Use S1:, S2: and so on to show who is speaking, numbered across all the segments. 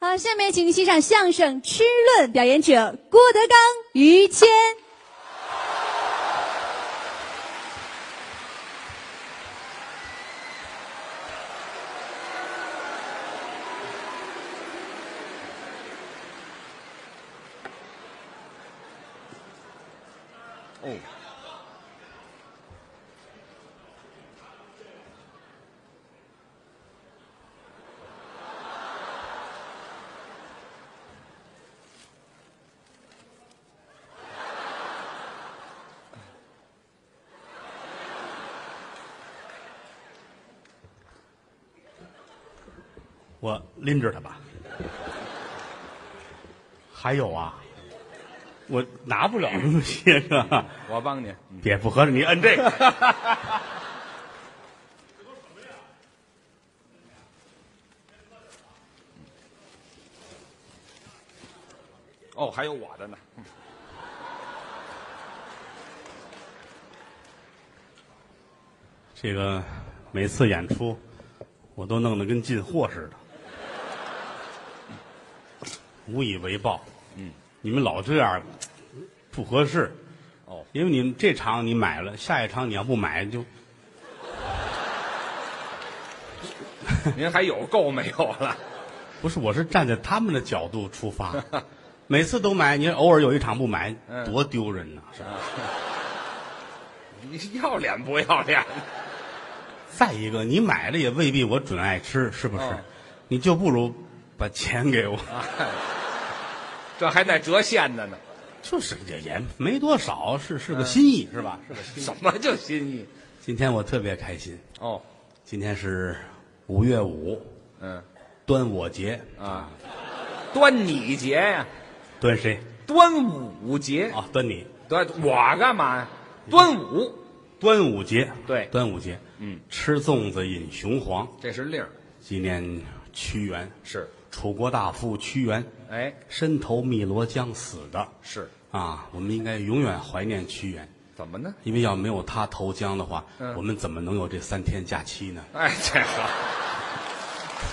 S1: 好，下面请欣赏相声《吃论》，表演者郭德纲、于谦。
S2: 哦，
S3: 我拎着它吧。还有啊，我拿不了那么些个，
S2: 我帮你。
S3: 也不合适。你摁这个，
S2: 哦，还有我的呢。
S3: 这个每次演出我都弄得跟进货似的，无以为报。
S2: 嗯，
S3: 你们老这样不合适，
S2: 哦，
S3: 因为你们这场你买了，下一场你要不买就
S2: 您还有够没有了？
S3: 不是，我是站在他们的角度出发， 每次都买，你偶尔有一场不买，
S2: 嗯
S3: 多丢人呐、是吧？
S2: 你是要脸不要脸？
S3: 再一个，你买了也未必我准爱吃，是不是？
S2: 嗯
S3: 你就不如把钱给我，
S2: 啊这还带折现的呢？
S3: 就是也也没多少，是是个心意，是吧？是个心意。
S2: 什么叫心意？
S3: 今天我特别开心，
S2: 哦，
S3: 今天是五月五，
S2: 嗯
S3: 端我节，
S2: 啊，端你节呀，
S3: 端谁？
S2: 端午节，
S3: 啊，端你，
S2: 端我干嘛呀？端午，
S3: 端午节，
S2: 对
S3: 端午节，
S2: 嗯，
S3: 吃粽子饮雄黄，
S2: 这是令儿
S3: 纪念屈原，
S2: 是，
S3: 楚国大夫屈原。
S2: 哎，
S3: 身投汨罗江死的
S2: 是
S3: 啊，我们应该永远怀念屈原，
S2: 怎么呢？
S3: 因为要没有他投江的话，
S2: 嗯
S3: 我们怎么能有这三天假期呢？
S2: 哎，这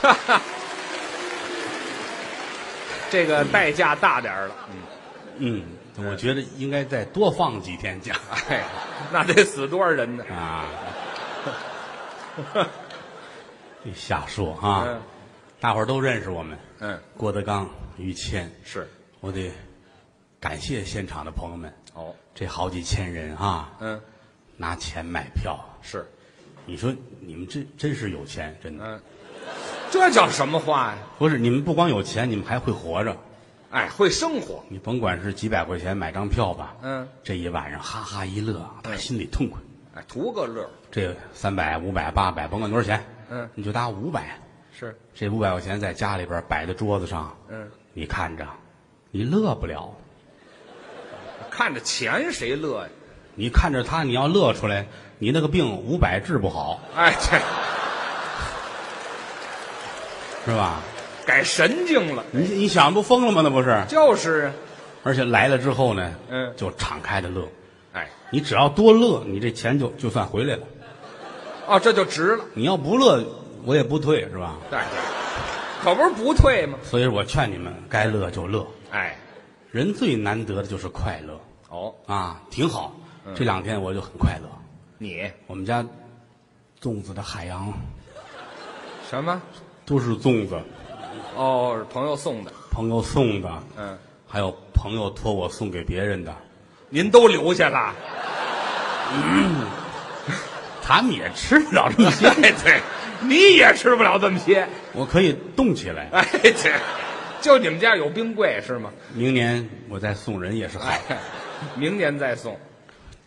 S2: 个， 这个代价大点儿了。嗯
S3: 嗯，我觉得应该再多放几天假
S2: 哎，那得死多少人呢？
S3: 啊。这瞎说啊！
S2: 嗯
S3: 大伙儿都认识我们，
S2: 嗯，
S3: 郭德纲、于谦，
S2: 是，
S3: 我得感谢现场的朋友们，
S2: 哦，
S3: 这好几千人啊，
S2: 嗯，
S3: 拿钱买票，
S2: 是，
S3: 你说你们这真是有钱，真的。
S2: 嗯，这叫什么话呀？
S3: 不是，你们不光有钱，你们还会活着。
S2: 哎，会生活，
S3: 你甭管是几百块钱买张票吧，
S2: 嗯，
S3: 这一晚上哈哈一乐，他心里痛快。
S2: 哎，图个乐儿，
S3: 这三百、五百、八百，甭管多少钱，
S2: 嗯
S3: 你就打五百。
S2: 是，
S3: 这五百块钱在家里边摆在桌子上，
S2: 嗯，
S3: 你看着，你乐不了。
S2: 看着钱谁乐呀？
S3: 你看着他，你要乐出来，你那个病五百治不好，
S2: 哎，这
S3: 是吧？
S2: 改神经了，
S3: 你你想不疯了吗？那不是？
S2: 就是，啊
S3: 而且来了之后呢，
S2: 嗯
S3: 就敞开的乐。
S2: 哎，
S3: 你只要多乐，你这钱就就算回来了。
S2: 哦，这就值了，
S3: 你要不乐，我也不退，是吧？
S2: 哎，可不是不退吗？
S3: 所以我劝你们，该乐就乐。
S2: 哎，
S3: 人最难得的就是快乐
S2: 哦，
S3: 啊，挺好。这两天我就很快乐。
S2: 你
S3: 我们家粽子的海洋
S2: 什么？
S3: 都是粽子，
S2: 哦，是朋友送的，
S3: 朋友送的，
S2: 嗯，
S3: 还有朋友托我送给别人的，
S2: 您都留下了，
S3: 他们也吃不了这么些。
S2: 哎，对，你也吃不了这么些，
S3: 我可以冻起来，
S2: 哎，这就你们家有冰柜是吗？
S3: 明年我再送人也是好。
S2: 哎，明年再送。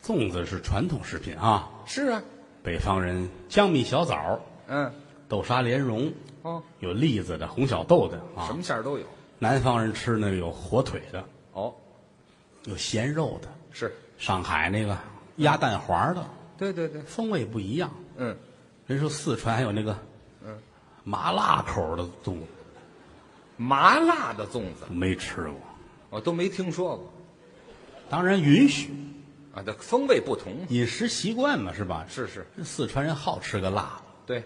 S3: 粽子是传统食品啊，
S2: 是啊，
S3: 北方人江米小枣、
S2: 嗯，
S3: 豆沙莲蓉，
S2: 哦，
S3: 有栗子的、红小豆的啊。
S2: 什么馅儿都有。
S3: 南方人吃那个有火腿的，
S2: 哦，
S3: 有咸肉的，
S2: 是，
S3: 上海那个鸭蛋黄的，
S2: 对对对，
S3: 风味不一样。
S2: 嗯，
S3: 人说四川还有那个，
S2: 嗯，
S3: 麻辣口的粽子
S2: 麻辣的粽子
S3: 没吃过，
S2: 我都没听说过
S3: 当然允许，
S2: 啊，这风味不同。
S3: 饮食习惯嘛，是吧？
S2: 是是，
S3: 四川人好吃个辣的，
S2: 对，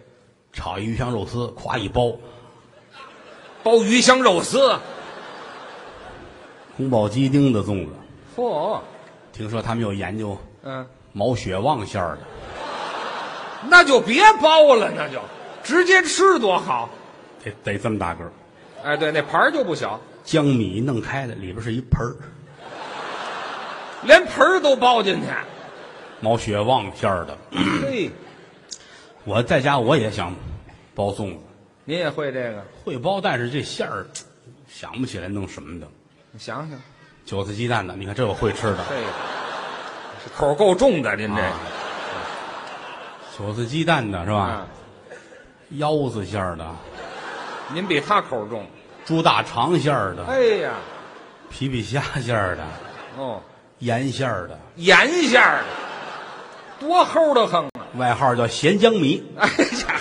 S3: 炒一鱼香肉丝，夸一包，
S2: 鲍鱼香肉丝，
S3: 宫保鸡丁的粽子。
S2: 嚯，
S3: 听说他们有研究
S2: 嗯，
S3: 毛血旺馅儿的，
S2: 那就别包了，那就直接吃多好。
S3: 得得这么大个儿，
S2: 哎，对，那盘儿就不小，
S3: 将米弄开了，里边是一盆儿
S2: 连盆儿都包 进去。
S3: 毛血旺馅儿的。
S2: 嘿，
S3: 我在家我也想包粽子，
S2: 您也会这个？
S3: 会包，但是这馅儿想不起来弄什么的。
S2: 你想想，
S3: 韭菜鸡蛋的，你看这我会吃的。
S2: 嘿，这口够重的，您这
S3: 啊，韭菜鸡蛋的是吧？
S2: 啊，嗯
S3: 腰子馅儿的，
S2: 您比他口重。
S3: 猪大肠馅儿的，
S2: 哎呀，
S3: 皮皮虾馅儿的，
S2: 哦，
S3: 盐馅儿的，
S2: 盐馅儿的，多齁的很啊！
S3: 外号叫咸江米。
S2: 哎呀，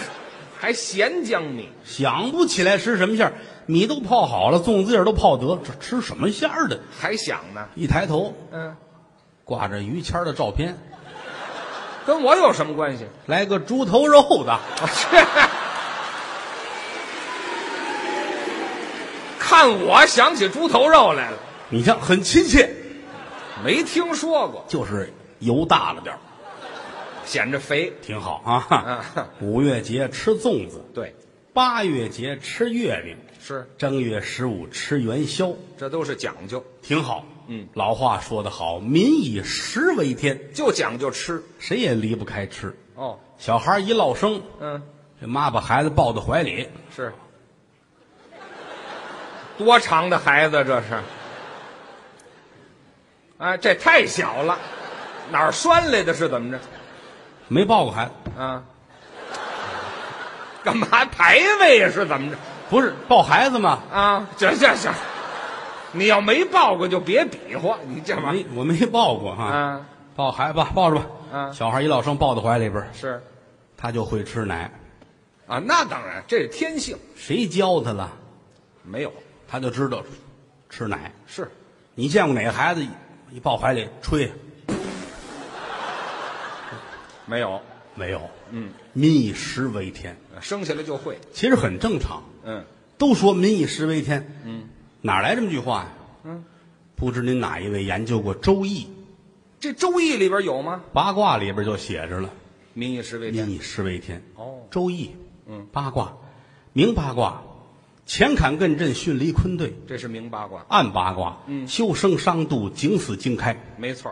S2: 还咸江米，
S3: 想不起来吃什么馅儿，米都泡好了，粽子叶儿都泡得，这吃什么馅儿的？
S2: 还想呢？
S3: 一抬头，
S2: 嗯，
S3: 挂着于谦儿的照片，
S2: 跟我有什么关系？哦
S3: 来个猪头肉的，
S2: 我去，看我想起猪头肉来了，
S3: 你看很亲切，
S2: 没听说过，
S3: 就是油大了点儿
S2: 显着肥。
S3: 挺好啊
S2: 嗯。
S3: 五月节吃粽子，
S2: 对，
S3: 八月节吃月饼，
S2: 是，
S3: 正月十五吃元宵，
S2: 这都是讲究，
S3: 挺好。
S2: 嗯，
S3: 老话说得好，民以食为天，
S2: 就讲究吃。
S3: 谁也离不开吃。
S2: 哦，
S3: 小孩一落生，
S2: 嗯，
S3: 这妈把孩子抱到怀里，
S2: 是。多长的孩子这是？哎，这太小了，哪儿拴来的？是怎么着？
S3: 没抱过孩子，
S2: 啊？干嘛排位呀？是怎么着？
S3: 不是抱孩子吗？
S2: 啊，这这这，你要没抱过就别比划，你这玩意
S3: 没，我没抱过哈、
S2: 儿啊，
S3: 抱孩子吧，抱着吧。
S2: 嗯
S3: 小孩一落生抱到怀里边儿，
S2: 是
S3: 他就会吃奶，
S2: 啊，那当然，这是天性，
S3: 谁教他了，
S2: 没有
S3: 他就知道吃奶。
S2: 是
S3: 你见过哪个孩子一抱怀里吹？
S2: 没有，
S3: 没有。嗯，民以食为天，
S2: 生下来就会，
S3: 其实很正常。
S2: 嗯，
S3: 都说民以食为天，嗯，哪来这么句话呀？嗯，不知您哪一位研究过《周易》
S2: 这《周易》里边有吗？
S3: 八卦里边就写着了，
S2: 民以食为
S3: 民
S2: 天，
S3: 以食为天。
S2: 哦
S3: 《周易》嗯，八卦，明八卦，乾坎艮震巽离坤兑，
S2: 这是明八卦，
S3: 暗八卦，嗯，修生伤度，景死惊开
S2: 没错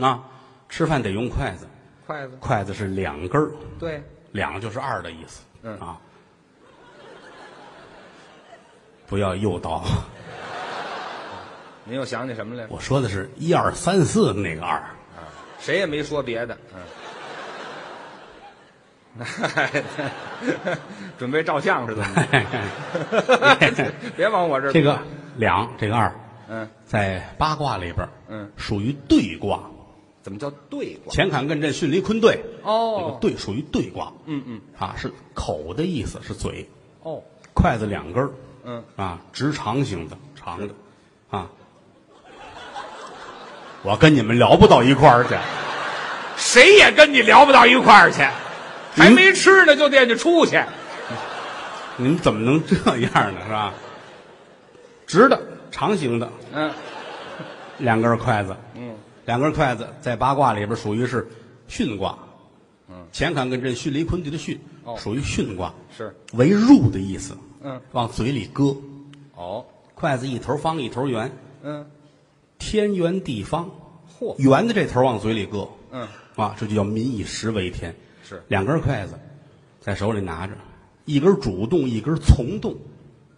S2: 儿，
S3: 啊。吃饭得用筷子，
S2: 筷子
S3: 筷子是两根儿，
S2: 对，
S3: 两就是二的意思，
S2: 嗯
S3: 啊，不要诱导。
S2: 您又想起什么来了？
S3: 我说的是一二三四那个二，
S2: 谁也没说别的，嗯。 准备照相是怎么着？ 别往我这儿
S3: 这个两，这个二，
S2: 嗯，
S3: 在八卦里边，
S2: 嗯，
S3: 属于兑卦。
S2: 怎么叫对卦？
S3: 乾坎艮震巽离坤兑，
S2: 哦
S3: 这个兑属于兑卦，
S2: 嗯嗯，
S3: 啊，是口的意思，是嘴，
S2: 哦，
S3: 筷子两根儿，
S2: 嗯，
S3: 啊，直长型的，长的，啊，我跟你们聊不到一块儿去，
S2: 谁也跟你聊不到一块儿去，还
S3: 嗯
S2: 没吃呢就惦记出去。
S3: 你们怎么能这样呢？是吧？直的，长形的，
S2: 嗯，
S3: 两根筷子，嗯，两根筷子在八卦里边属于是巽卦，嗯，乾坎艮震巽离坤兑的巽，
S2: 哦
S3: 属于巽卦，
S2: 是，
S3: 为入的意思，
S2: 嗯，
S3: 往嘴里搁，
S2: 哦，
S3: 筷子一头方一头圆，
S2: 嗯，
S3: 天圆地方，
S2: 嚯，
S3: 圆的这头往嘴里搁，
S2: 嗯，
S3: 啊，这就叫民以食为天，
S2: 是
S3: 两根筷子在手里拿着，一根主动，一根从动，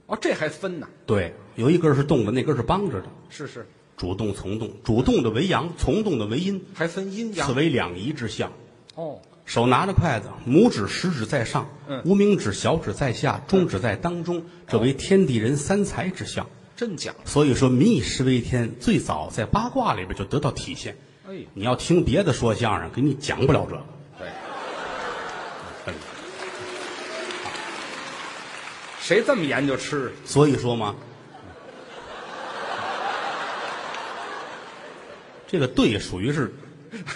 S2: 哦，这还分呢，
S3: 对，有一根是动的，那根是帮着的，
S2: 是是，
S3: 主动从动，主动的为阳，从动的为阴，
S2: 还分阴
S3: 此
S2: 阳。
S3: 为两仪之象。
S2: 哦，
S3: 手拿着筷子，拇指、食指在上，
S2: 嗯
S3: 无名指、小指在下，中指在当中，这为天地人三才之象。
S2: 真讲究。
S3: 所以说，民以食为天，最早在八卦里边就得到体现。
S2: 哎呀，
S3: 你要听别的说相声，给你讲不了这个。
S2: 对，
S3: 嗯
S2: 谁这么研究吃？
S3: 所以说嘛， 这个对属于是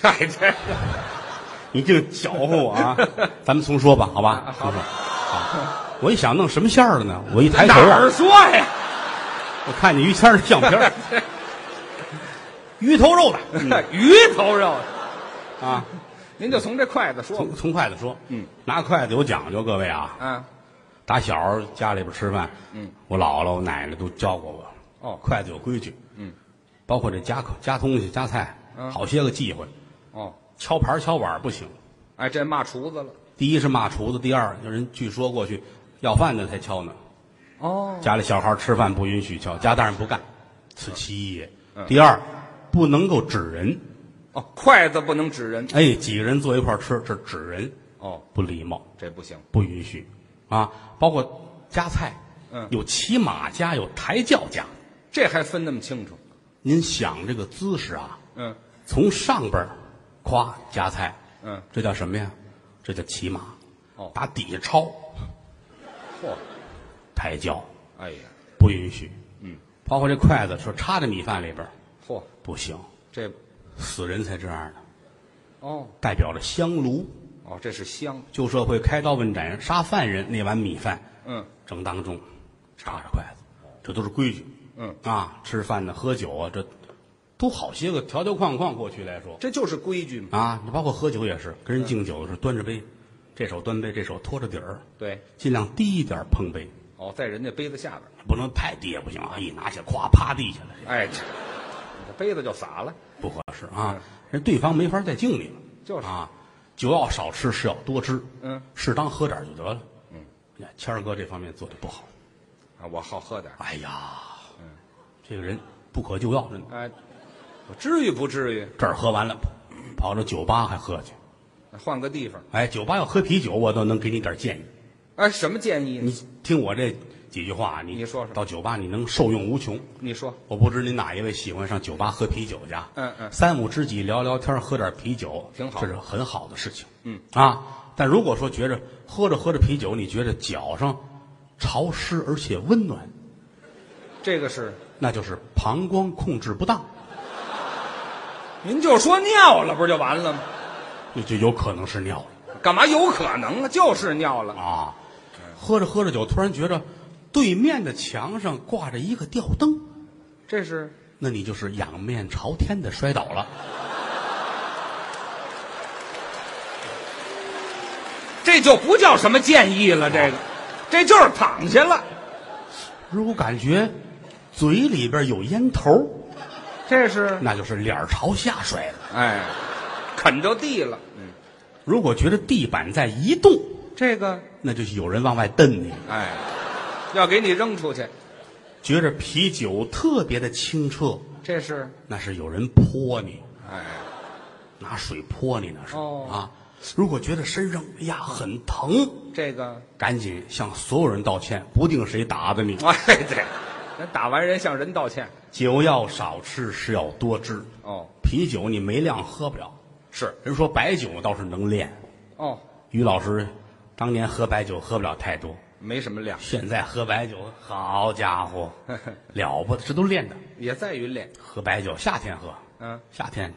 S2: 哎，这
S3: 你净搅和我啊！咱们重说吧，好吧？
S2: 好
S3: 重说。好，我一想弄什么馅儿的呢？我一抬头
S2: 哪儿
S3: 啊，
S2: 说呀？
S3: 我看见于谦儿的相片 儿，鱼头肉的
S2: 鱼头肉，
S3: 啊。
S2: 您就从这筷子说吧
S3: 从从筷子说，嗯，拿筷子有讲究，各位啊，
S2: 啊。
S3: 打小家里边吃饭，嗯，我姥姥、我奶奶都教过我，
S2: 哦
S3: 筷子有规矩，嗯，包括这夹口夹东西、夹菜，
S2: 嗯
S3: 好些个忌讳，
S2: 哦，
S3: 敲盘儿敲碗儿不行。
S2: 哎，这骂厨子了。
S3: 第一是骂厨子，第二有人据说过去要饭的才敲呢，
S2: 哦，
S3: 家里小孩吃饭不允许敲，家大人不干，此其一也。第二，不能够指人，
S2: 哦，筷子不能指人。
S3: 哎，几个人坐一块儿吃，这指人
S2: 哦，
S3: 不礼貌，
S2: 这不行。
S3: 不允许啊。包括夹菜，
S2: 嗯
S3: 有骑马夹，有抬轿夹。
S2: 这还分那么清楚？
S3: 您想这个姿势啊，
S2: 嗯，
S3: 从上边儿夸夹菜，
S2: 嗯，
S3: 这叫什么呀？这叫骑马，
S2: 哦
S3: 打底下抄
S2: 嚯、
S3: 抬轿，
S2: 哎呀，
S3: 不允许。嗯，包括这筷子说插在米饭里边儿
S2: 嚯、
S3: 不行，
S2: 这，
S3: 死人才这样的，
S2: 哦
S3: 代表着香炉。
S2: 哦，这是香。
S3: 旧社会开刀问斩人、杀犯人那碗米饭，
S2: 嗯，
S3: 正当中，插着筷子，这都是规矩。
S2: 哦嗯
S3: 啊，吃饭呢、喝酒啊，这都好些个条条框框。过去来说
S2: 这就是规矩嘛。
S3: 啊，你包括喝酒也是，跟人敬酒的时候端着杯，这手端杯，这手托着底儿，
S2: 对，
S3: 尽量低一点碰杯，
S2: 哦，在人家杯子下边。
S3: 不能太低也不行啊！一拿起来，咵趴地下了，
S2: 哎，这你这杯子就洒了。
S3: 不合适啊！人对方没法再敬你了，
S2: 嗯就是
S3: 啊，酒要少吃，是要多吃，
S2: 嗯，
S3: 适当喝点就得了。嗯，谦儿哥这方面做的不好。
S2: 啊，我好喝点儿。
S3: 哎呀，
S2: 嗯
S3: 这个人不可救药，真的。
S2: 哎，我至于不至于？
S3: 这儿喝完了，跑到酒吧还喝去。
S2: 换个地方。
S3: 哎，酒吧要喝啤酒，我倒能给你点建议。
S2: 哎，什么建议呢？
S3: 你听我这几句话，你
S2: 你说说
S3: 到酒吧你能受用无穷。
S2: 你说。
S3: 我不知您哪一位喜欢上酒吧喝啤酒去啊？
S2: 嗯嗯
S3: 三五知己聊聊天，喝点啤酒，
S2: 挺好
S3: 这是很好的事情。
S2: 嗯
S3: 啊，但如果说觉着喝着喝着啤酒，你觉着脚上潮湿而且温暖，
S2: 这个是，
S3: 那就是膀胱控制不当，
S2: 您就说尿了，不是就完了吗？
S3: 就就有可能是尿了。
S2: 干嘛有可能啊？就是尿了。
S3: 啊，喝着喝着酒，突然觉着对面的墙上挂着一个吊灯，
S2: 这是
S3: 那你就是仰面朝天的摔倒了。
S2: 这就不叫什么建议了，这个，这就是躺下了。
S3: 如果感觉嘴里边有烟头，
S2: 这是，
S3: 那就是脸儿朝下摔的。
S2: 哎，啃着地了。
S3: 如果觉得地板在移动，
S2: 这个，
S3: 那就是有人往外蹬你。
S2: 哎，要给你扔出去。
S3: 觉着啤酒特别的清澈，
S2: 这是，
S3: 那是有人泼你，
S2: 哎，
S3: 拿水泼你那是、
S2: 哦
S3: 啊。如果觉得身上哎呀很疼，
S2: 这个，
S3: 赶紧向所有人道歉，不定谁打的你。
S2: 哎对，咱打完人向人道歉。
S3: 酒要少吃，是要多吃。
S2: 哦，
S3: 啤酒你没量喝不了。
S2: 是，
S3: 人说白酒倒是能练，
S2: 哦，
S3: 于老师当年喝白酒喝不了太多，
S2: 没什么量，
S3: 现在喝白酒，好家 伙，了不得，这都练的。
S2: 也在于练。
S3: 喝白酒夏天喝，
S2: 嗯，
S3: 夏天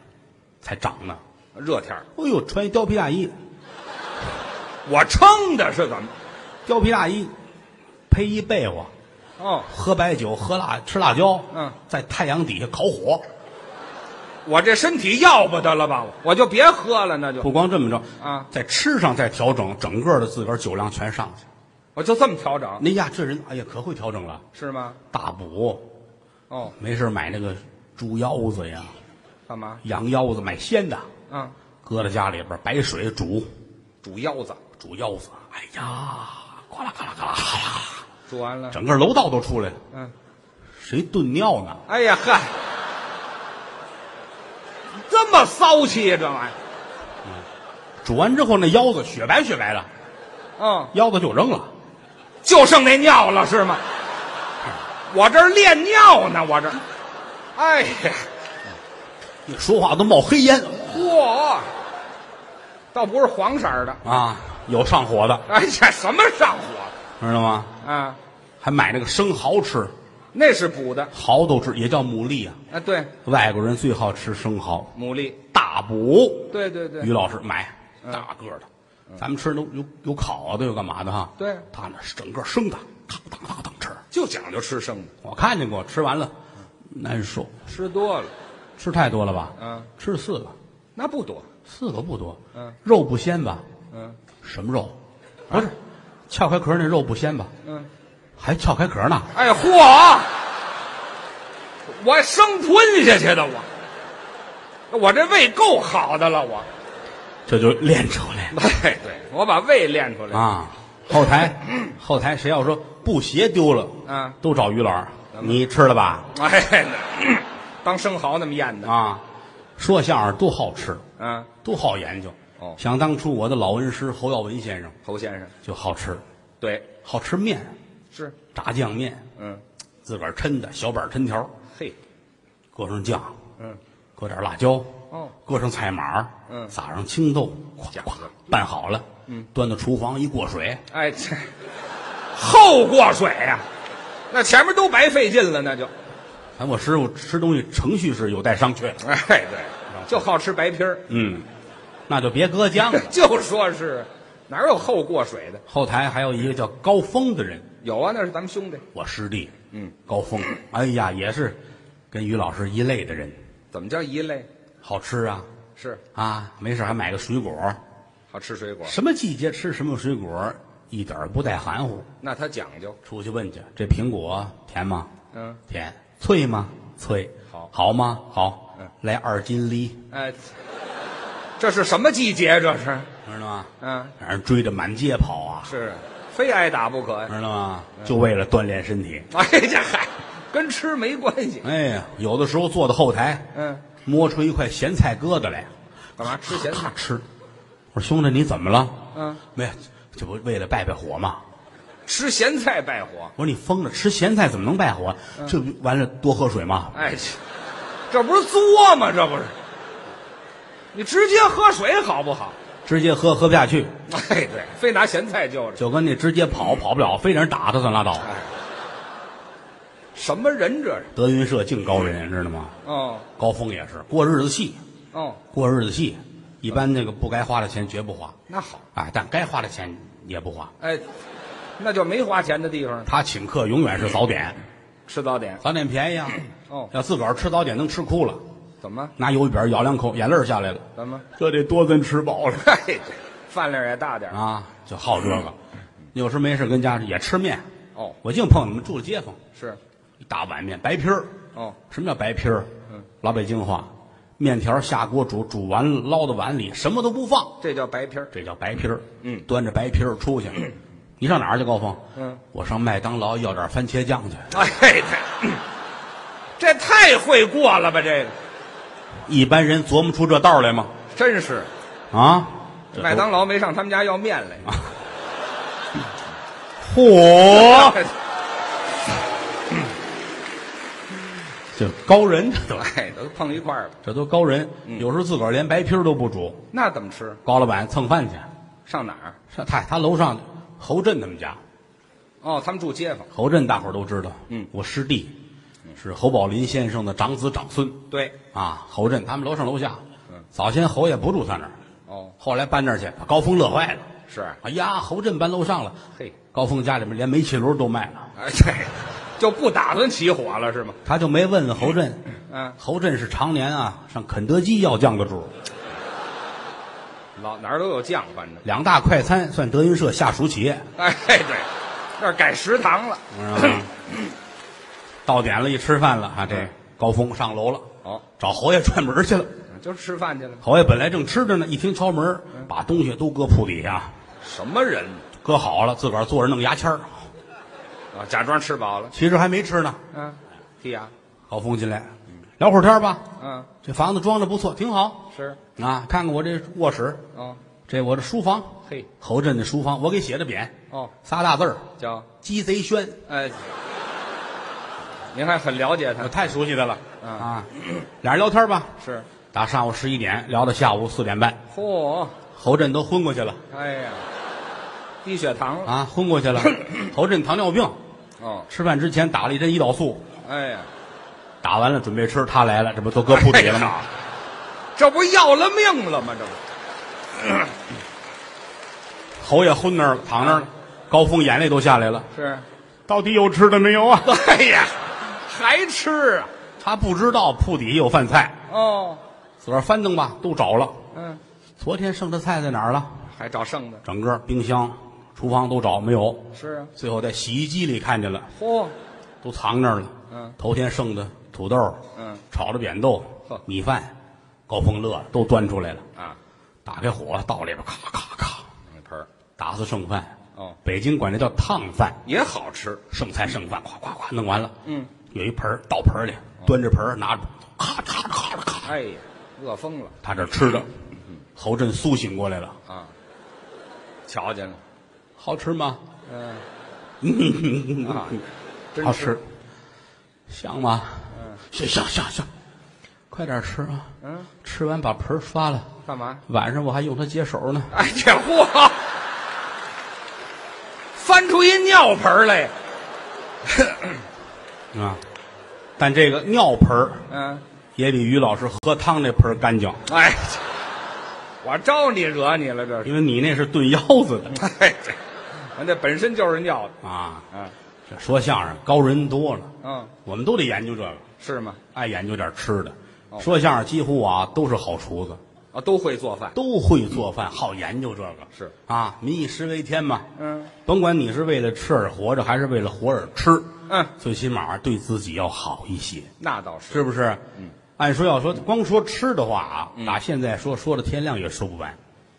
S3: 才长呢。
S2: 热天儿
S3: 哎呦，穿一貂皮大衣，
S2: 我撑的是怎么？
S3: 貂皮大衣配一被窝，
S2: 哦，
S3: 喝白酒，喝辣吃辣椒，
S2: 嗯，
S3: 在太阳底下烤火。
S2: 我这身体要不得了吧？我我就别喝了，那就
S3: 不光这么着
S2: 啊
S3: 在吃上再调整，整个的自个儿酒量全上去。
S2: 我就这么调整，
S3: 那呀，这人哎呀可会调整了，
S2: 是吗？
S3: 大补，
S2: 哦，
S3: 没事买那个猪腰子呀、
S2: 干嘛？
S3: 羊腰子，买鲜的，
S2: 啊，
S3: 搁在家里边儿白水煮，
S2: 煮腰子，
S3: 煮腰子，哎呀，呱啦呱啦呱啦呱啦，
S2: 煮完了，
S3: 整个楼道都出来了，
S2: 嗯，
S3: 谁炖尿呢？
S2: 哎呀嗨，这么骚气、啊、这玩意儿，
S3: 煮完之后那腰子雪白雪白的，
S2: 嗯，
S3: 腰子就扔了，
S2: 就剩那尿了是吗？我这儿练尿呢，我这儿，哎呀，
S3: 一说话都冒黑烟
S2: 嚯，倒不是黄色儿的，
S3: 啊，有上火的，
S2: 哎呀，什么上火
S3: 知道吗？
S2: 啊？
S3: 还买那个生蚝吃，
S2: 那是补的
S3: 蚝都吃，也叫牡蛎啊。
S2: 啊，对，
S3: 外国人最好吃生蚝，
S2: 牡蛎，
S3: 大补。
S2: 对对对
S3: 于，老师买
S2: 嗯
S3: 大个儿的，咱们吃都有有烤啊，都有干嘛的哈。
S2: 对
S3: 他那是整个生的，当当当当吃。
S2: 就讲究吃生的，
S3: 我看见过，吃完了难受，
S2: 吃多了
S3: 吃太多了吧？
S2: 嗯，
S3: 吃了四个，
S2: 那不多，
S3: 四个不多。
S2: 嗯，啊
S3: 肉不鲜吧？
S2: 嗯
S3: 什么肉？不是，撬开壳那肉不鲜吧？
S2: 嗯，
S3: 还撬开壳呢？
S2: 哎嚯，我还生吞下去的我，我这胃够好的了我，
S3: 这就练出来了
S2: 哎对，我把胃练出来 了，
S3: 啊！后台，后台谁要说布鞋丢了，
S2: 嗯，
S3: 都找于老儿，你吃了吧？
S2: 哎，那当生蚝那么咽的，
S3: 啊，说相声都好吃，
S2: 嗯，
S3: 都好研究。
S2: 哦
S3: 想当初我的老恩师侯耀文先生
S2: 侯先生，
S3: 就好吃，
S2: 对，
S3: 好吃面，
S2: 是，
S3: 炸酱面，
S2: 嗯，
S3: 自个儿抻的小板抻条，
S2: 嘿，
S3: 搁上酱，
S2: 嗯，
S3: 搁点辣椒，
S2: 哦，
S3: 搁上菜码，
S2: 嗯
S3: 撒上青豆，咵
S2: 讲
S3: 咵
S2: 究
S3: 拌好了，嗯，端到厨房一过水，
S2: 哎，这 后过水呀、那前面都白费劲了，那就，
S3: 哎，我师傅吃东西程序是有待商榷的，
S2: 哎，对，就好吃白皮儿，。
S3: 嗯，那就别搁姜了
S2: 就说是哪有后过水的？
S3: 后台还有一个叫高峰的人，
S2: 有啊，那是咱们兄弟，
S3: 我师弟，
S2: 嗯，
S3: 高峰，哎呀，也是跟于老师一类的人，
S2: 怎么叫一类？
S3: 好吃啊
S2: 是
S3: 啊，没事还买个水果，
S2: 好吃水果，
S3: 什么季节吃什么水果，一点儿不带含糊。
S2: 那他讲究，
S3: 出去问去，这苹果甜吗？
S2: 嗯，
S3: 甜。脆吗？脆。
S2: 好
S3: 好吗？好。
S2: 嗯
S3: 来二斤梨，
S2: 哎，这是什么季节？这是，
S3: 知道吗？
S2: 嗯，
S3: 让人追着满街跑啊，
S2: 是非挨打不可呀。
S3: 知道吗？
S2: 嗯
S3: 就为了锻炼身体。
S2: 哎，这嗨，跟吃没关系。
S3: 哎呀，有的时候坐到后台，
S2: 嗯，
S3: 摸出一块咸菜疙瘩来，
S2: 干嘛吃咸菜
S3: 咔？吃。我说兄弟，你怎么了？
S2: 嗯，
S3: 没有，这不为了败败火吗？
S2: 吃咸菜败火。
S3: 我说你疯了，吃咸菜怎么能败火？
S2: 嗯
S3: 这不完了多喝水吗？
S2: 哎，这这不是作吗？这不是，你直接喝水好不好？
S3: 直接喝喝不下去，
S2: 哎，对， 非拿咸菜就着，
S3: 就跟那直接跑跑不了，非得人打他算拉倒。
S2: 什么人这是？
S3: 德云社净高人，知道吗？
S2: 哦
S3: 高峰也是过日子细，
S2: 哦，
S3: 过日子细，一般那个不该花的钱绝不花，
S2: 那好，
S3: 啊，但该花的钱也不花。
S2: 哎，那就没花钱的地方，
S3: 他请客永远是早点，
S2: 吃早点。
S3: 早点便宜啊。
S2: 哦
S3: 要自个儿吃早点能吃哭了，
S2: 怎么？
S3: 拿油饼咬两口，眼泪儿下来了。
S2: 怎么？
S3: 这得多咱吃饱了
S2: 哎，这饭量也大点儿
S3: 啊，就好这个。有时没事跟家也吃面，
S2: 哦，
S3: 我净碰你们住的街坊，
S2: 是
S3: 一大碗面白皮儿。
S2: 哦，
S3: 什么叫白皮儿？
S2: 嗯
S3: 老北京话，面条下锅煮，煮完了捞到碗里，什么都不放。
S2: 这叫白皮儿。
S3: 这叫白皮儿。
S2: 嗯
S3: 端着白皮儿出 去，你上哪儿去，高峰？
S2: 嗯，
S3: 我上麦当劳要点番茄酱去，
S2: 哎，对，这太会过了吧？这个
S3: 一般人琢磨出这道儿来吗？
S2: 真是
S3: 啊，这都
S2: 麦当劳没上他们家要面来。哦
S3: 嚯，
S2: 哎
S3: 这高人，这都
S2: 哎，都碰一块儿了，
S3: 这都高人。
S2: 嗯
S3: 有时候自个儿连白皮儿都不煮，
S2: 那怎么吃？
S3: 高老板蹭饭去。
S2: 上哪儿？
S3: 上太他楼上侯震他们家，
S2: 哦，他们住街坊。
S3: 侯震大伙儿都知道，
S2: 嗯
S3: 我师弟是侯宝林先生的长子长孙。
S2: 对，
S3: 啊，侯震他们楼上楼下
S2: 嗯。
S3: 早先侯也不住他那儿，
S2: 哦，
S3: 后来搬那儿去，把高峰乐坏了。
S2: 是，啊
S3: 哎呀，侯震搬楼上了，
S2: 嘿，
S3: 高峰家里面连煤气炉都卖了，
S2: 哎，对，就不打算起火了是吗？
S3: 他就没问问侯震。
S2: 嗯，
S3: 侯震是常年啊上肯德基要酱的主，
S2: 老哪儿都有酱，反正。
S3: 两大快餐算德云社下属企业，
S2: 哎，对，那儿改食堂了。
S3: 你知道吗？到点了，一吃饭了啊，这
S2: 嗯
S3: 高峰上楼了，
S2: 哦，
S3: 找侯爷串门去了。
S2: 啊就吃饭去了。
S3: 侯爷本来正吃着呢，一听敲门，把东西都搁铺底下，
S2: 什么人
S3: 搁好了，自个儿坐着弄牙签儿，
S2: 啊？假装吃饱了。
S3: 其实还没吃呢。
S2: 嗯，剔牙。
S3: 高峰进来，聊会儿天儿吧。
S2: 嗯，
S3: 这房子装的不错，挺好
S2: 是。
S3: 啊。看看我这卧室，
S2: 哦，
S3: 这我这书房，
S2: 嘿，
S3: 侯震的书房，我给写的匾，
S2: 哦，
S3: 仨大字儿
S2: 叫
S3: “鸡贼轩
S2: 哎，您还很了解”，
S3: 我
S2: 他。
S3: 啊太熟悉他了
S2: 嗯
S3: 啊。俩人聊天吧，
S2: 是。
S3: 打上午十一点聊到下午四点半，
S2: 嚯、
S3: 侯震都昏过去了
S2: 哎呀，低血糖了。
S3: 啊，昏过 去了。侯震糖尿病，
S2: 哦，
S3: 吃饭之前打了一针胰岛素，
S2: 哎呀，
S3: 打完了准备吃，他来了，这不都搁铺底了
S2: 哎
S3: 吗
S2: 呀？这不要了命了吗？这不。
S3: 头也昏那儿了，躺那儿了，高峰眼泪都下来了。
S2: 是，
S3: 到底有吃的没有 啊？
S2: 哎呀，还吃啊？
S3: 他不知道铺底下有饭菜，
S2: 哦，
S3: 自个儿翻腾吧，都找了。
S2: 嗯，
S3: 昨天剩的菜在哪儿了？
S2: 还找剩的。
S3: 整个冰箱、厨房都找没有，
S2: 是啊，
S3: 最后在洗衣机里看见了，
S2: 嚯，
S3: 都藏那儿了。
S2: 嗯，
S3: 头天剩的土豆，
S2: 嗯，
S3: 炒的扁豆
S2: 呵，
S3: 米饭，高峰乐了都端出来了，
S2: 啊，
S3: 打开火倒里边，咔咔咔，
S2: 那盆儿
S3: 打死剩饭。
S2: 哦，
S3: 北京管这叫烫饭，
S2: 也好吃。
S3: 剩菜剩饭，咵咵咵弄完了。
S2: 嗯，
S3: 有一盆儿倒盆儿里，端着盆儿拿着，咔嚓咔嚓咔嚓，
S2: 哎呀，饿疯了
S3: 他这吃的。侯震苏醒过来了，
S2: 啊！瞧见了，
S3: 好吃吗？
S2: 嗯、
S3: 嗯
S2: 啊，真
S3: 好吃，香吗？香香香香，快点吃啊！
S2: 嗯，
S3: 吃完把盆儿刷了，
S2: 干嘛？
S3: 晚上我还用它接手呢。
S2: 哎，这货翻出一尿盆儿来，
S3: 啊，但这个尿盆儿
S2: 嗯、
S3: 也比于老师喝汤那盆儿干净，
S2: 哎，我招你惹你了这是？
S3: 因为你那是炖腰子的
S2: 哎，这我这本身就是尿的，
S3: 啊。
S2: 嗯
S3: 这说相声高人多了，
S2: 嗯，
S3: 我们都得研究这个，
S2: 是吗？
S3: 爱研究点吃的。说相声几乎啊都是好厨子，
S2: 啊，都会做饭，
S3: 都会做饭，好研究这个
S2: 是
S3: 啊，民以食为天嘛。
S2: 嗯
S3: 甭管你是为了吃而活着，还是为了活而吃，
S2: 嗯，
S3: 最起码对自己要好一些，
S2: 那倒是，
S3: 是不是？嗯，按说要说光说吃的话啊，
S2: 嗯
S3: 打现在说说到天亮也说不完。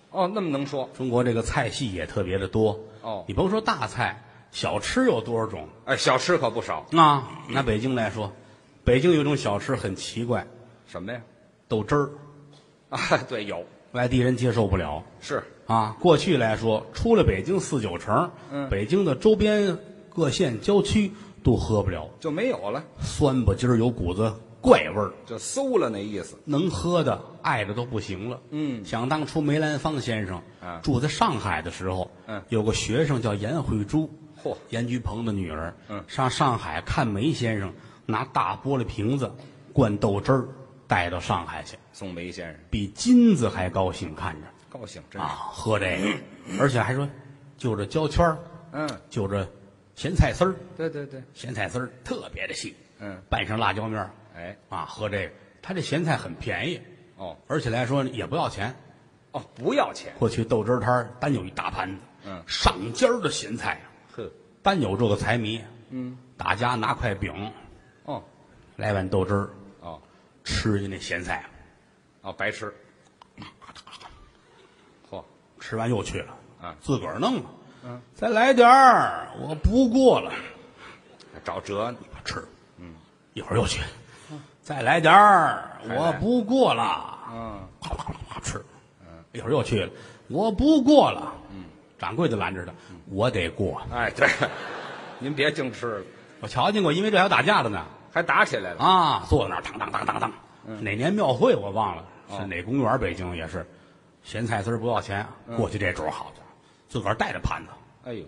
S2: 哦，那么能说，
S3: 中国这个菜系也特别的多
S2: 哦
S3: 你甭说大菜，小吃有多少种
S2: 哎，小吃可不少，
S3: 啊？拿北京来说，北京有一种小吃很奇怪，
S2: 什么呀？
S3: 豆汁儿，
S2: 啊，对，有
S3: 外地人接受不了
S2: 是，
S3: 啊。过去来说，出了北京四九城，
S2: 嗯
S3: 北京的周边各县郊区都喝不了，
S2: 就没有了，
S3: 酸吧唧儿有股子怪味儿，
S2: 就馊了那意思。
S3: 能喝的爱的都不行了。
S2: 嗯
S3: 想当初梅兰芳先生
S2: 啊
S3: 住在上海的时候，
S2: 嗯
S3: 有个学生叫颜慧珠，
S2: 嚯
S3: 严菊鹏的女儿，
S2: 嗯
S3: 上上海看梅先生拿大玻璃瓶子灌豆汁儿带到上海去，
S2: 宋梅先生
S3: 比金子还高兴看着
S2: 高兴，真是，
S3: 啊，喝这个，而且还说就着焦圈儿，
S2: 嗯，
S3: 就着咸菜丝儿，
S2: 对对对，
S3: 咸菜丝儿特别的细，
S2: 嗯，
S3: 拌上辣椒面儿
S2: 哎，
S3: 啊，喝这个，他这咸菜很便宜，
S2: 哦
S3: 而且来说也不要钱。
S2: 哦，不要钱，
S3: 过去豆汁儿摊儿单有一大盘子，
S2: 嗯
S3: 上尖儿的咸菜啊，
S2: 呵，
S3: 单有这个财迷，
S2: 嗯，
S3: 大家拿块饼，
S2: 哦
S3: 来碗豆汁儿，
S2: 哦
S3: 吃人家那咸菜，
S2: 哦，白吃，嚯，
S3: 吃完又去了，
S2: 啊
S3: 自个儿弄了，
S2: 嗯，
S3: 再来点儿，我不过了，
S2: 找辙呢，
S3: 吃，嗯，一会儿又去，再来点儿，
S2: 来
S3: 我不过了，
S2: 嗯，
S3: 哗哗哗哗吃，嗯，一会儿又去了，我不过了，嗯，掌柜的拦着他，我得过，
S2: 哎，对，您别净吃了，
S3: 我瞧见过，因为这还有打架的呢。
S2: 还打起来了，
S3: 啊，坐在那儿，当当当当当，哪年庙会我忘了，是哪公园？北京也是，咸菜丝儿不要钱，过去这主儿好家伙，自个儿带着盘子
S2: 哎呦，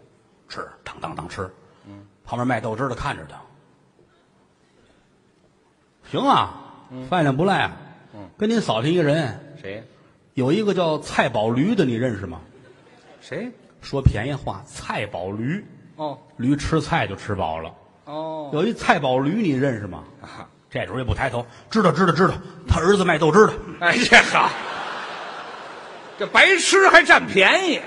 S3: 吃，当当当吃，旁边卖豆汁儿的看着他，行啊，饭量不赖啊，
S2: 嗯
S3: 跟您扫听一个人，
S2: 谁
S3: 有一个叫蔡宝驴的，你认识吗？
S2: 谁？
S3: 说便宜话，蔡宝驴，
S2: 哦
S3: 驴吃菜就吃饱了。
S2: 哦，
S3: 有一蔡宝驴，你认识吗？
S2: 啊
S3: 这主儿也不抬头，知道知道知道，他儿子卖豆汁的。
S2: 哎呀 好，这白吃还占便宜，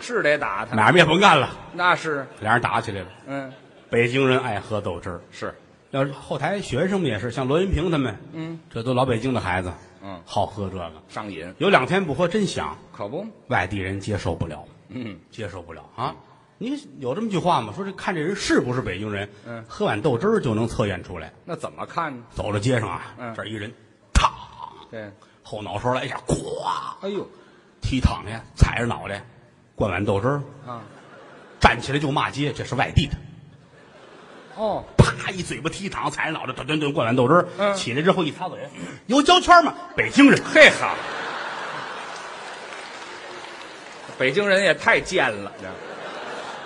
S2: 是得打他，
S3: 哪儿也甭干了，
S2: 那是，
S3: 俩人打起来了。
S2: 嗯，
S3: 北京人爱喝豆汁儿，
S2: 是，
S3: 要是后台学生们也是，像罗云平他们，
S2: 嗯，
S3: 这都老北京的孩子，
S2: 嗯
S3: 好喝这个。
S2: 上瘾，
S3: 有两天不喝真想，
S2: 可不，
S3: 外地人接受不了，
S2: 嗯，
S3: 接受不了啊！你有这么句话吗？说这看这人是不是北京人，
S2: 嗯
S3: 喝碗豆汁儿就能测验出来。
S2: 那怎么看呢？
S3: 走到街上啊，
S2: 嗯
S3: 这儿一人，嘡，
S2: 对，
S3: 后脑勺来一下，咵，
S2: 哎呦，
S3: 踢躺下，踩着脑袋，灌碗豆汁儿，
S2: 啊，
S3: 站起来就骂街，这是外地的。
S2: 哦，
S3: 啪一嘴巴踢躺，踩着脑袋，顿顿顿灌碗豆汁儿。
S2: 嗯
S3: 起来之后一擦嘴，有胶圈吗？北京人，
S2: 嘿好，北京人也太贱了，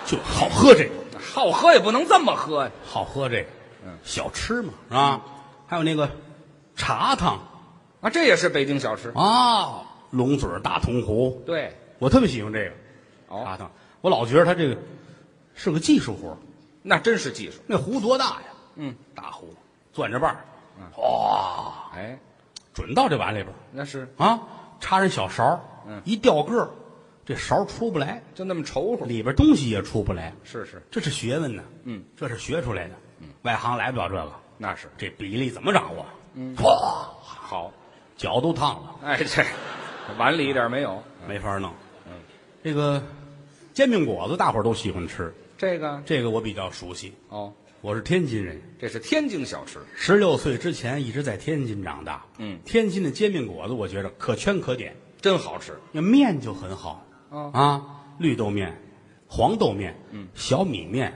S3: 就好喝这个，
S2: 这好喝也不能这么喝呀。
S3: 好喝这个。
S2: 嗯，
S3: 小吃嘛，是吧？还有那个茶汤
S2: 啊，这也是北京小吃。
S3: 啊，龙嘴儿大铜壶，
S2: 对，
S3: 我特别喜欢这个。
S2: 哦
S3: 插上。我老觉得他这个是个技术活儿
S2: 那真是技术。
S3: 那壶多大呀？
S2: 嗯，
S3: 大壶，攥着把儿，哇，
S2: 哎，
S3: 准到这碗里边儿
S2: 那是
S3: 啊！插上小勺儿，
S2: 嗯
S3: 一掉个儿，这勺儿出不来，
S2: 就那么稠乎。
S3: 里边东西也出不来，
S2: 是是，
S3: 这是学问呢。
S2: 嗯，
S3: 这是学出来的。嗯，外行来不了这个。
S2: 那是。
S3: 这比例怎么掌握？嗯，哇，好，脚都烫了，
S2: 哎，这碗里一点没有。
S3: 没法弄。嗯，这个煎饼果子大伙儿都喜欢吃，
S2: 这个
S3: 这个我比较熟悉。
S2: 哦，
S3: 我是天津人，
S2: 这是天津小吃。
S3: 十六岁之前一直在天津长大。
S2: 嗯
S3: 天津的煎饼果子，我觉着可圈可点，
S2: 真好吃。
S3: 那面就很好。
S2: 哦
S3: 啊，绿豆面、黄豆面、嗯、小米面、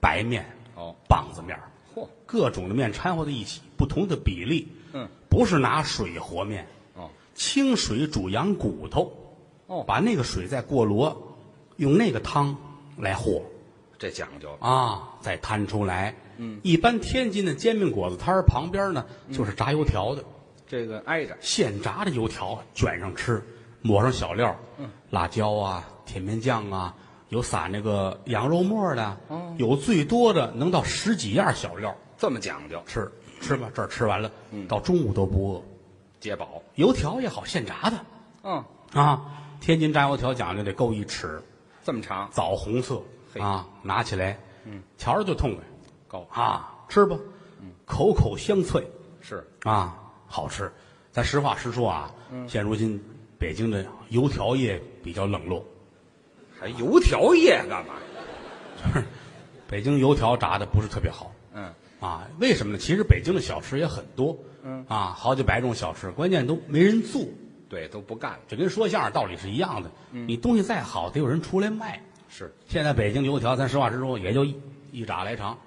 S3: 白面、
S2: 哦，
S3: 棒子面儿，
S2: 嚯，
S3: 各种的面掺和在一起，不同的比例。
S2: 嗯，
S3: 不是拿水和面，
S2: 哦，
S3: 清水煮羊骨头，
S2: 哦
S3: 把那个水再过箩，用那个汤来和
S2: 这讲究。
S3: 啊，再摊出来。嗯，一般天津的煎饼果子摊儿旁边呢，就是炸油条的，
S2: 这个挨着。
S3: 现炸的油条卷上吃，抹上小料，嗯，辣椒啊，甜面酱啊，有撒那个羊肉末的，
S2: 哦
S3: 有最多的能到十几样小料
S2: 这么讲究，
S3: 吃，吃吧，这儿吃完了，到中午都不饿。
S2: 解饱。
S3: 油条也好，现炸的，
S2: 嗯，
S3: 啊，天津炸油条讲究得够一尺，
S2: 这么长，
S3: 枣红色
S2: 嘿
S3: 啊，拿起来，嗯，瞧着就痛快
S2: 高
S3: 啊，吃吧，口口香脆
S2: 是
S3: 啊，好吃。咱实话实说啊，现如今北京的油条业比较冷落，
S2: 还油条叶干嘛？
S3: 北京油条炸的不是特别好
S2: 嗯，
S3: 啊，为什么呢？其实北京的小吃也很多，嗯啊，好几百种小吃，关键都没人做，
S2: 对，都不干了。
S3: 这跟说相声道理是一样的。你东西再好，得有人出来卖。
S2: 是，
S3: 现在北京油条，咱实话实说，也就一一扎来长，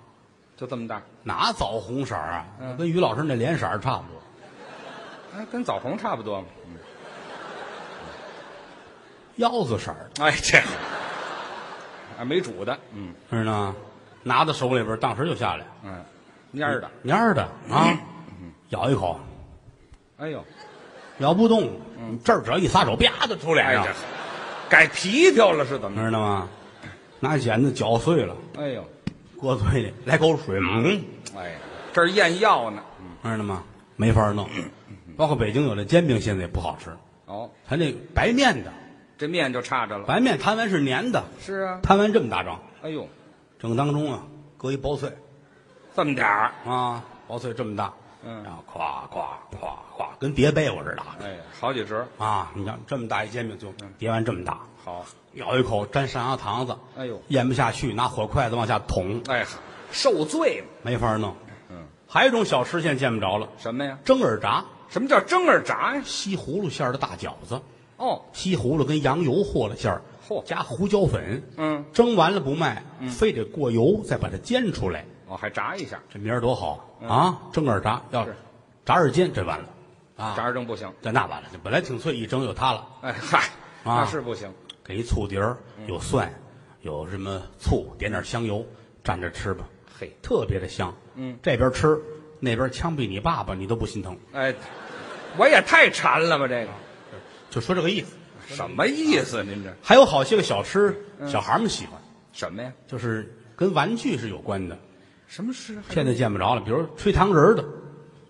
S2: 就这么大，
S3: 哪枣红色儿啊？跟于老师那脸色儿差不多。
S2: 哎，跟枣红差不多嘛。
S3: 腰子色儿的，
S2: 哎，这啊没煮的，嗯
S3: 知道吗？拿到手里边儿，当时就下来，
S2: 嗯，蔫儿的。
S3: 蔫儿的啊，咬一口，
S2: 哎呦，
S3: 咬不动，这儿只要一撒手，啪就出
S2: 嗯哎
S3: 脸上
S2: 呀，，改皮条了是怎么着？
S3: 知道吗？拿剪子绞碎了，
S2: 哎呦，
S3: 搁嘴里，来口水，嗯，
S2: 哎呀，这儿验药呢。
S3: 知道吗？没法弄。包括北京有的煎饼，现在也不好吃，
S2: 哦，
S3: 它那白面的，
S2: 这面就差着了。
S3: 白面摊完是粘的，
S2: 是啊，
S3: 摊完这么大张，
S2: 哎呦，
S3: 正当中啊，搁一薄脆
S2: 这么点儿，
S3: 啊，薄脆这么大，
S2: 嗯
S3: 然后咵咵咵咵，跟叠被窝似的
S2: 哎，好几折。
S3: 啊！你看这么大一煎饼就叠完这么大，
S2: 好，
S3: 咬一口沾上牙膛子，
S2: 哎呦
S3: 咽不下去，拿火筷子往下捅，
S2: 哎，受罪嘛。
S3: 没法弄。
S2: 嗯，
S3: 还有一种小吃现在见不着了，
S2: 什么呀？
S3: 蒸耳炸，
S2: 什么叫蒸耳炸呀？
S3: 西葫芦馅儿的大饺子，
S2: 哦，
S3: 西葫芦跟羊油和了馅儿，
S2: 嚯
S3: 加胡椒粉，
S2: 嗯，
S3: 蒸完了不卖，非得过油再把它煎出来，
S2: 哦，还炸一下，
S3: 这名儿多好啊！蒸耳炸要
S2: 嗯是
S3: 炸耳尖，这完了啊！
S2: 炸着蒸不行。
S3: 这那完了，这本来挺脆，一蒸就塌了。
S2: 哎嗨，
S3: 啊
S2: 那是不行。
S3: 给一醋碟儿，
S2: 嗯
S3: 有蒜，有什么醋，点点香油，蘸着吃吧，
S2: 嘿，
S3: 特别的香。
S2: 嗯，
S3: 这边吃，那边枪毙你爸爸，你都不心疼，
S2: 哎，我也太馋了吧， 这个
S3: 就说这个意思。
S2: 什么意思？您这
S3: 还有好些个小吃，
S2: 嗯
S3: 小孩儿们喜欢，
S2: 什么呀？
S3: 就是跟玩具是有关的，
S2: 什么吃？
S3: 现在见不着了。比如吹糖人儿的，糖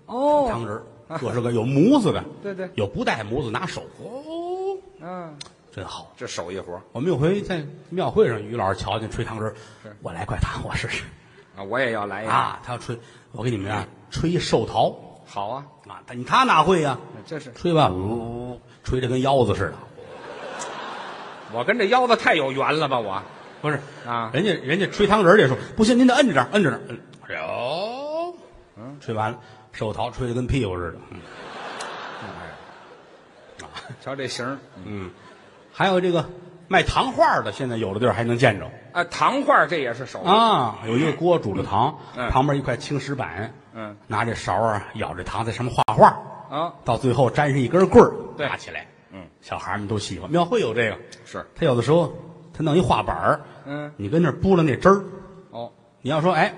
S2: 嗯哦，
S3: 人儿，各式各有模子的，
S2: 对对
S3: 有不带模子拿手，哦，
S2: 嗯，
S3: 真好。
S2: 这手艺活儿
S3: 我们有回在庙会上，于老师瞧见吹糖人儿，我来块糖，我试试
S2: 啊，我也要来一个。
S3: 啊。他要吹，我给你们啊吹一寿桃
S2: 好啊，
S3: 啊，但他哪会呀、
S2: 这是
S3: 吹吧，
S2: 嗯
S3: 呜，吹的跟腰子似的，
S2: 我跟这腰子太有缘了吧？我
S3: 不是
S2: 啊
S3: 人家人家吹糖人儿也说不信，您得摁着点儿，摁着点儿，摁哎呦，嗯，吹完了，寿桃吹的跟屁股似的，嗯
S2: 瞧这形儿
S3: 还有这个卖糖画的，现在有的地儿还能见着。
S2: 啊，糖画这也是手艺。
S3: 啊，有一个锅煮着糖，
S2: 嗯
S3: 旁边一块青石板，
S2: 嗯，
S3: 拿这勺啊舀着糖在上面画画，
S2: 啊，
S3: 到最后粘上一根棍儿，
S2: 对
S3: 拿起来，
S2: 嗯，
S3: 小孩们都喜欢。庙会有这个，
S2: 是
S3: 他有的时候他弄一画板儿，
S2: 嗯
S3: 你跟那儿拨拉那汁儿，
S2: 哦，
S3: 你要说哎，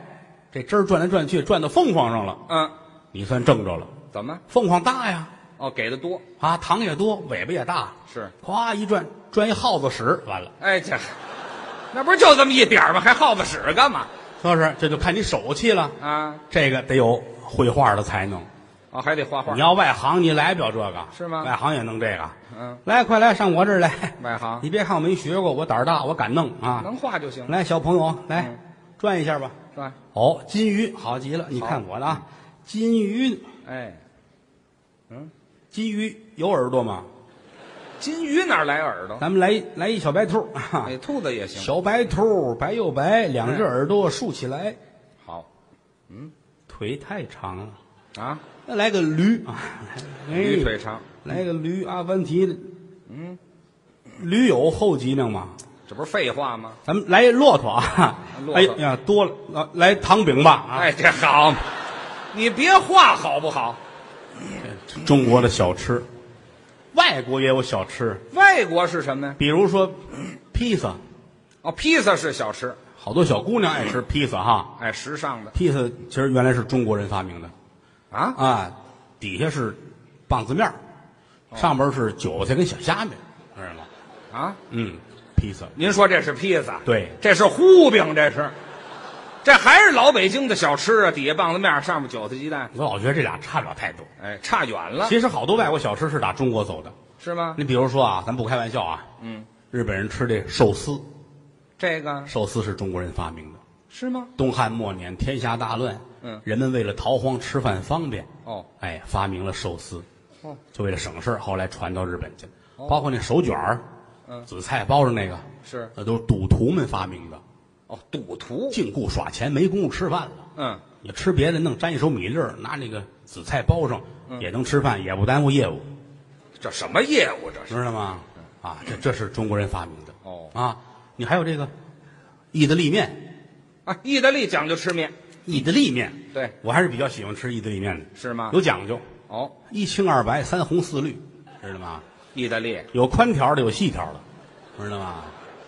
S3: 这汁儿转来转去转到凤凰上了，
S2: 嗯，
S3: 你算正着了。
S2: 怎么？
S3: 凤凰大呀，
S2: 哦，给的多
S3: 啊，糖也多，尾巴也大，
S2: 是
S3: 夸一转钻一耗子屎，完了，
S2: 哎，这那不是就这么一点儿吗？还耗子屎干嘛
S3: 就是这就看你手气了。
S2: 啊？
S3: 这个得有绘画的才能，
S2: 哦，还得画画
S3: 你。要外行你来不了这个，
S2: 是吗
S3: 外行也弄这个，
S2: 嗯，
S3: 来，快来上我这儿来。
S2: 外行
S3: 你别看我没学过，我胆儿大，我敢弄啊！
S2: 啊能画就行，
S3: 来，小朋友，来
S2: 嗯
S3: 转一下吧。
S2: 是吧？
S3: 哦，金鱼好极了，你看我的啊，金鱼，
S2: 哎，
S3: 金鱼有耳朵吗？
S2: 金鱼哪儿来耳朵？
S3: 咱们来一来一小白兔，哈哈
S2: 哎，兔子也行。
S3: 小白兔白又白，两只耳朵竖起来，
S2: 好
S3: 腿太长了。
S2: 啊，
S3: 那来个驴啊，哎
S2: 鱼腿长，
S3: 来个驴，阿凡提，嗯，驴有后脊梁吗？
S2: 这不是废话吗？
S3: 咱们来一骆驼啊
S2: 骆，驼
S3: 哎呀，多了，啊来糖饼吧啊！
S2: 哎，这好，你别画好不好？
S3: 中国的小吃，外国也有小吃，
S2: 外国是什么呀？
S3: 比如说披萨，
S2: 哦，披萨是小吃，
S3: 好多小姑娘爱吃披萨哈。
S2: 哎，时尚的
S3: 披萨其实原来是中国人发明的
S2: 啊，
S3: 啊，底下是棒子面儿
S2: 哦
S3: 上边是韭菜跟小虾米，知道吗？
S2: 啊！
S3: 嗯，披萨
S2: 您说这是披萨？
S3: 对
S2: 这是糊饼，这是，这还是老北京的小吃啊！底下棒子面，上面韭菜鸡蛋，
S3: 我老觉得这俩差不了太多。
S2: 哎，差远了，
S3: 其实好多外国小吃是打中国走的。
S2: 是吗？
S3: 你比如说啊，咱不开玩笑啊，
S2: 嗯，
S3: 日本人吃这寿司，
S2: 这个
S3: 寿司是中国人发明的。
S2: 是吗？
S3: 东汉末年，天下大乱，
S2: 嗯
S3: 人们为了逃荒吃饭方便，
S2: 哦
S3: 哎，发明了寿司，
S2: 哦，
S3: 就为了省事儿后来传到日本去了，包括那手卷儿，
S2: 嗯
S3: 紫菜包着那个，
S2: 是
S3: 那都是赌徒们发明的，
S2: 哦，赌徒，
S3: 净顾耍钱，没工夫吃饭了。
S2: 嗯，
S3: 你吃别的，弄沾一手米粒儿，拿那个紫菜包上，
S2: 嗯
S3: 也能吃饭，也不耽误业务，
S2: 这什么业务这是？
S3: 知道吗？
S2: 嗯
S3: 啊，这这是中国人发明的。
S2: 哦
S3: 啊，你还有这个意大利面，
S2: 啊，意大利讲究吃面，
S3: 意大利面，
S2: 对，
S3: 我还是比较喜欢吃意大利面的，
S2: 是吗
S3: 有讲究，
S2: 哦，
S3: 一清二白，三红四绿，知道吗？
S2: 意大利，
S3: 有宽条的，有细条的，知道吗？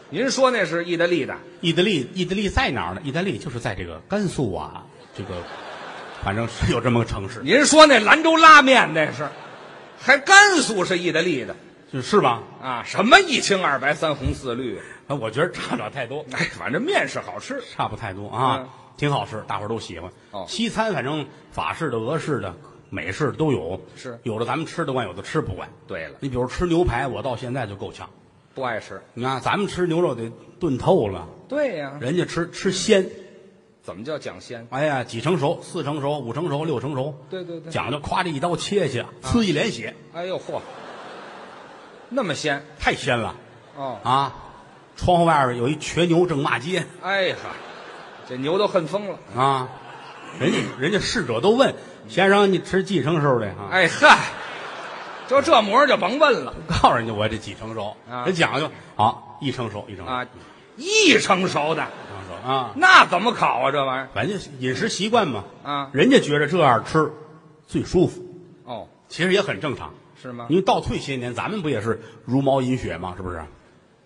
S2: 您说那是意大利的？
S3: 意大利，意大利在哪儿呢？意大利就是在这个甘肃啊，这个，反正是有这么个城市，
S2: 您说那兰州拉面那是，还甘肃是意大利的
S3: 就是吧？
S2: 啊？什么一清二白三红四绿？
S3: 啊我觉得差不了太多，
S2: 哎，反正面是好吃，
S3: 差不太多啊，
S2: 嗯
S3: 挺好吃，大伙儿都喜欢。
S2: 哦
S3: 西餐反正法式的、俄式的、美式的都有，
S2: 是
S3: 有的咱们吃得惯，有的吃不惯。
S2: 对了，
S3: 你比如吃牛排，我到现在就够呛。
S2: 不爱吃。
S3: 你看咱们吃牛肉得炖透了，
S2: 对呀、
S3: 人家吃吃鲜，
S2: 怎么叫讲鲜？
S3: 哎呀，几成熟，四成熟，五成熟，六成熟，
S2: 对对对
S3: 讲究，夸这一刀切
S2: 啊
S3: 下去，呲一脸血，
S2: 哎呦嚯，那么鲜
S3: 太鲜了
S2: 哦！
S3: 啊！窗户外边有一瘸牛正骂街
S2: 哎哈，这牛都恨疯了。
S3: 啊，人家人家侍者都问先生，你吃几成熟的啊？
S2: 哎嗨，就这模样就甭问了
S3: 告诉人家我这几成熟，
S2: 啊
S3: 人讲究好一成熟一成熟
S2: 啊！一成熟的
S3: 一成熟啊，
S2: 那怎么烤啊？这玩意
S3: 反正饮食习惯嘛
S2: 啊
S3: 人家觉得这样吃最舒服，
S2: 儿哦，
S3: 其实也很正常。
S2: 是吗
S3: 因？为倒退些年，咱们不也是茹毛饮血吗？是不是？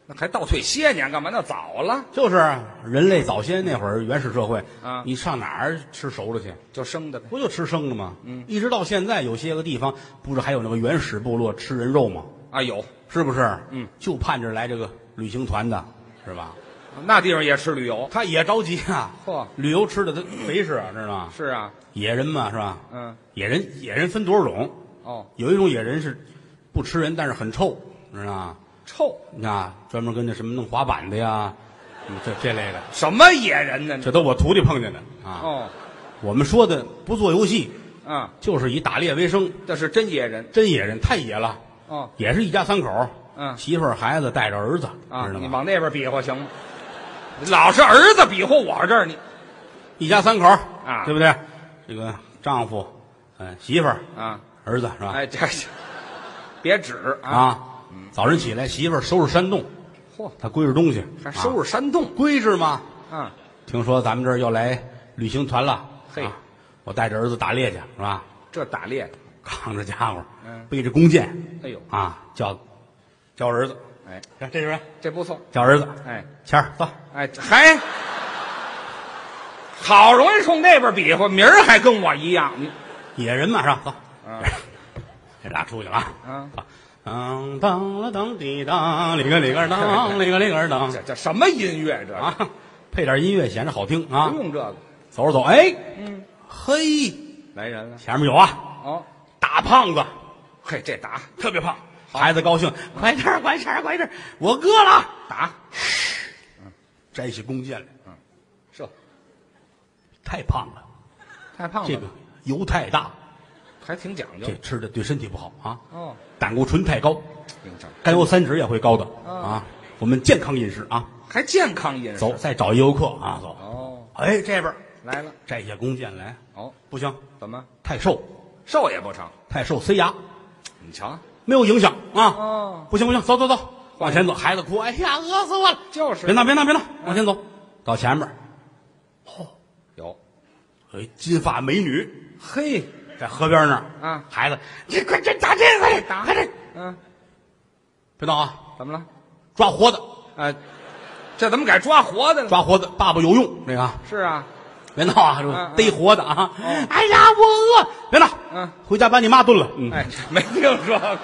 S2: 那还倒退些年干嘛？那早了
S3: 就是人类早先那会儿原始社会
S2: 啊
S3: 你上哪儿吃熟的去？
S2: 就生的呗。
S3: 不就吃生的吗？嗯，一直到现在，有些个地方不是还有那个原始部落吃人肉吗？
S2: 啊，有
S3: 是不是？
S2: 嗯，
S3: 就盼着来这个旅行团的，是吧？
S2: 那地方也吃旅游
S3: 他也着急啊，
S2: 嚯
S3: 旅游吃的他肥是，知道吗？
S2: 是啊，
S3: 野人嘛，是吧？
S2: 嗯
S3: 野人野人分多少种？
S2: 哦，
S3: 有一种野人是不吃人，但是很臭，知道吗？
S2: 臭
S3: 啊，专门跟那什么弄滑板的呀，嗯这这类的，
S2: 什么野人呢？
S3: 这都我徒弟碰见的啊。
S2: 哦
S3: 我们说的不做游戏，
S2: 啊，
S3: 就是以打猎为生，
S2: 这是真野人
S3: 真野人太野了，
S2: 哦
S3: 也是一家三口，
S2: 嗯
S3: 媳妇儿孩子带着儿子，
S2: 啊！
S3: 知道
S2: 你
S3: 吗？
S2: 往那边比划行吗？老是儿子比划我这儿你
S3: 一家三口
S2: 啊
S3: 对不对？这个丈夫，嗯、媳妇儿，
S2: 啊！
S3: 儿子是吧？
S2: 哎，这别指啊！
S3: 啊，早晨起来，媳妇儿收拾山洞，
S2: 嚯，
S3: 她归置东西，
S2: 还收
S3: 拾
S2: 拾山洞
S3: 归置嘛。
S2: 啊！
S3: 听说咱们这儿要来旅行团了，
S2: 嘿
S3: 啊我带着儿子打猎去，是吧？
S2: 这打猎，
S3: 扛着家伙，
S2: 嗯
S3: 背着弓箭，
S2: 哎呦，
S3: 啊，叫叫儿子，
S2: 哎，
S3: 看这边
S2: 这不错，
S3: 叫儿子，
S2: 哎
S3: 谦儿走，
S2: 哎，还好容易冲那边比划，明儿还跟我一样，你
S3: 野人嘛是吧？走，
S2: 嗯
S3: 这俩出去了啊
S2: 嗯
S3: 走当当了当滴当，里个里个当，里个里个 当
S2: 这这什么音乐这？
S3: 啊！配点音乐显着好听啊
S2: 不！用这个，
S3: 走着走，哎，嗯，嘿，
S2: 来人了。
S3: 前面有啊，
S2: 哦，
S3: 大胖子，
S2: 嘿，这打
S3: 特别胖，孩子高兴，快点儿快点儿快点儿，我饿了，
S2: 打，
S3: 摘起弓箭来，
S2: 这
S3: 太胖了，
S2: 太胖了，
S3: 这个油太大，
S2: 还挺讲究
S3: 这。吃的对身体不好啊。
S2: 哦，
S3: 胆固醇太高，
S2: 挺讲究
S3: 甘油三酯也会高的
S2: 嗯
S3: 啊。我们健康饮食啊，
S2: 还健康饮食。
S3: 走，再找一游客啊，走。
S2: 哦，
S3: 哎，这边儿
S2: 来了。
S3: 摘下弓箭哎来，
S2: 哦，
S3: 不行，
S2: 怎么
S3: 太瘦，
S2: 瘦也不成？
S3: 太瘦塞牙，
S2: 你瞧，
S3: 没有影响啊
S2: 哦。
S3: 不行不行，走走走，往前走。孩子哭，哎呀，饿死我了。
S2: 就是
S3: 别闹别闹别闹，往前走，到前面儿，
S2: 有。
S3: 有一金发美女
S2: 嘿，
S3: 在河边那儿
S2: 啊
S3: 孩子，你快点打这个，快点
S2: 打
S3: 快点，
S2: 嗯，
S3: 别闹啊，
S2: 怎么了？
S3: 抓活的，
S2: 啊，这怎么改抓活的了？
S3: 呃抓活的，爸爸有用，这个啊
S2: 是啊，
S3: 别闹啊，这
S2: 嗯
S3: 逮活的啊
S2: 哦！
S3: 哎呀，我饿，别闹，
S2: 嗯，哎
S3: 回家把你妈炖了。嗯，
S2: 哎，没听说过。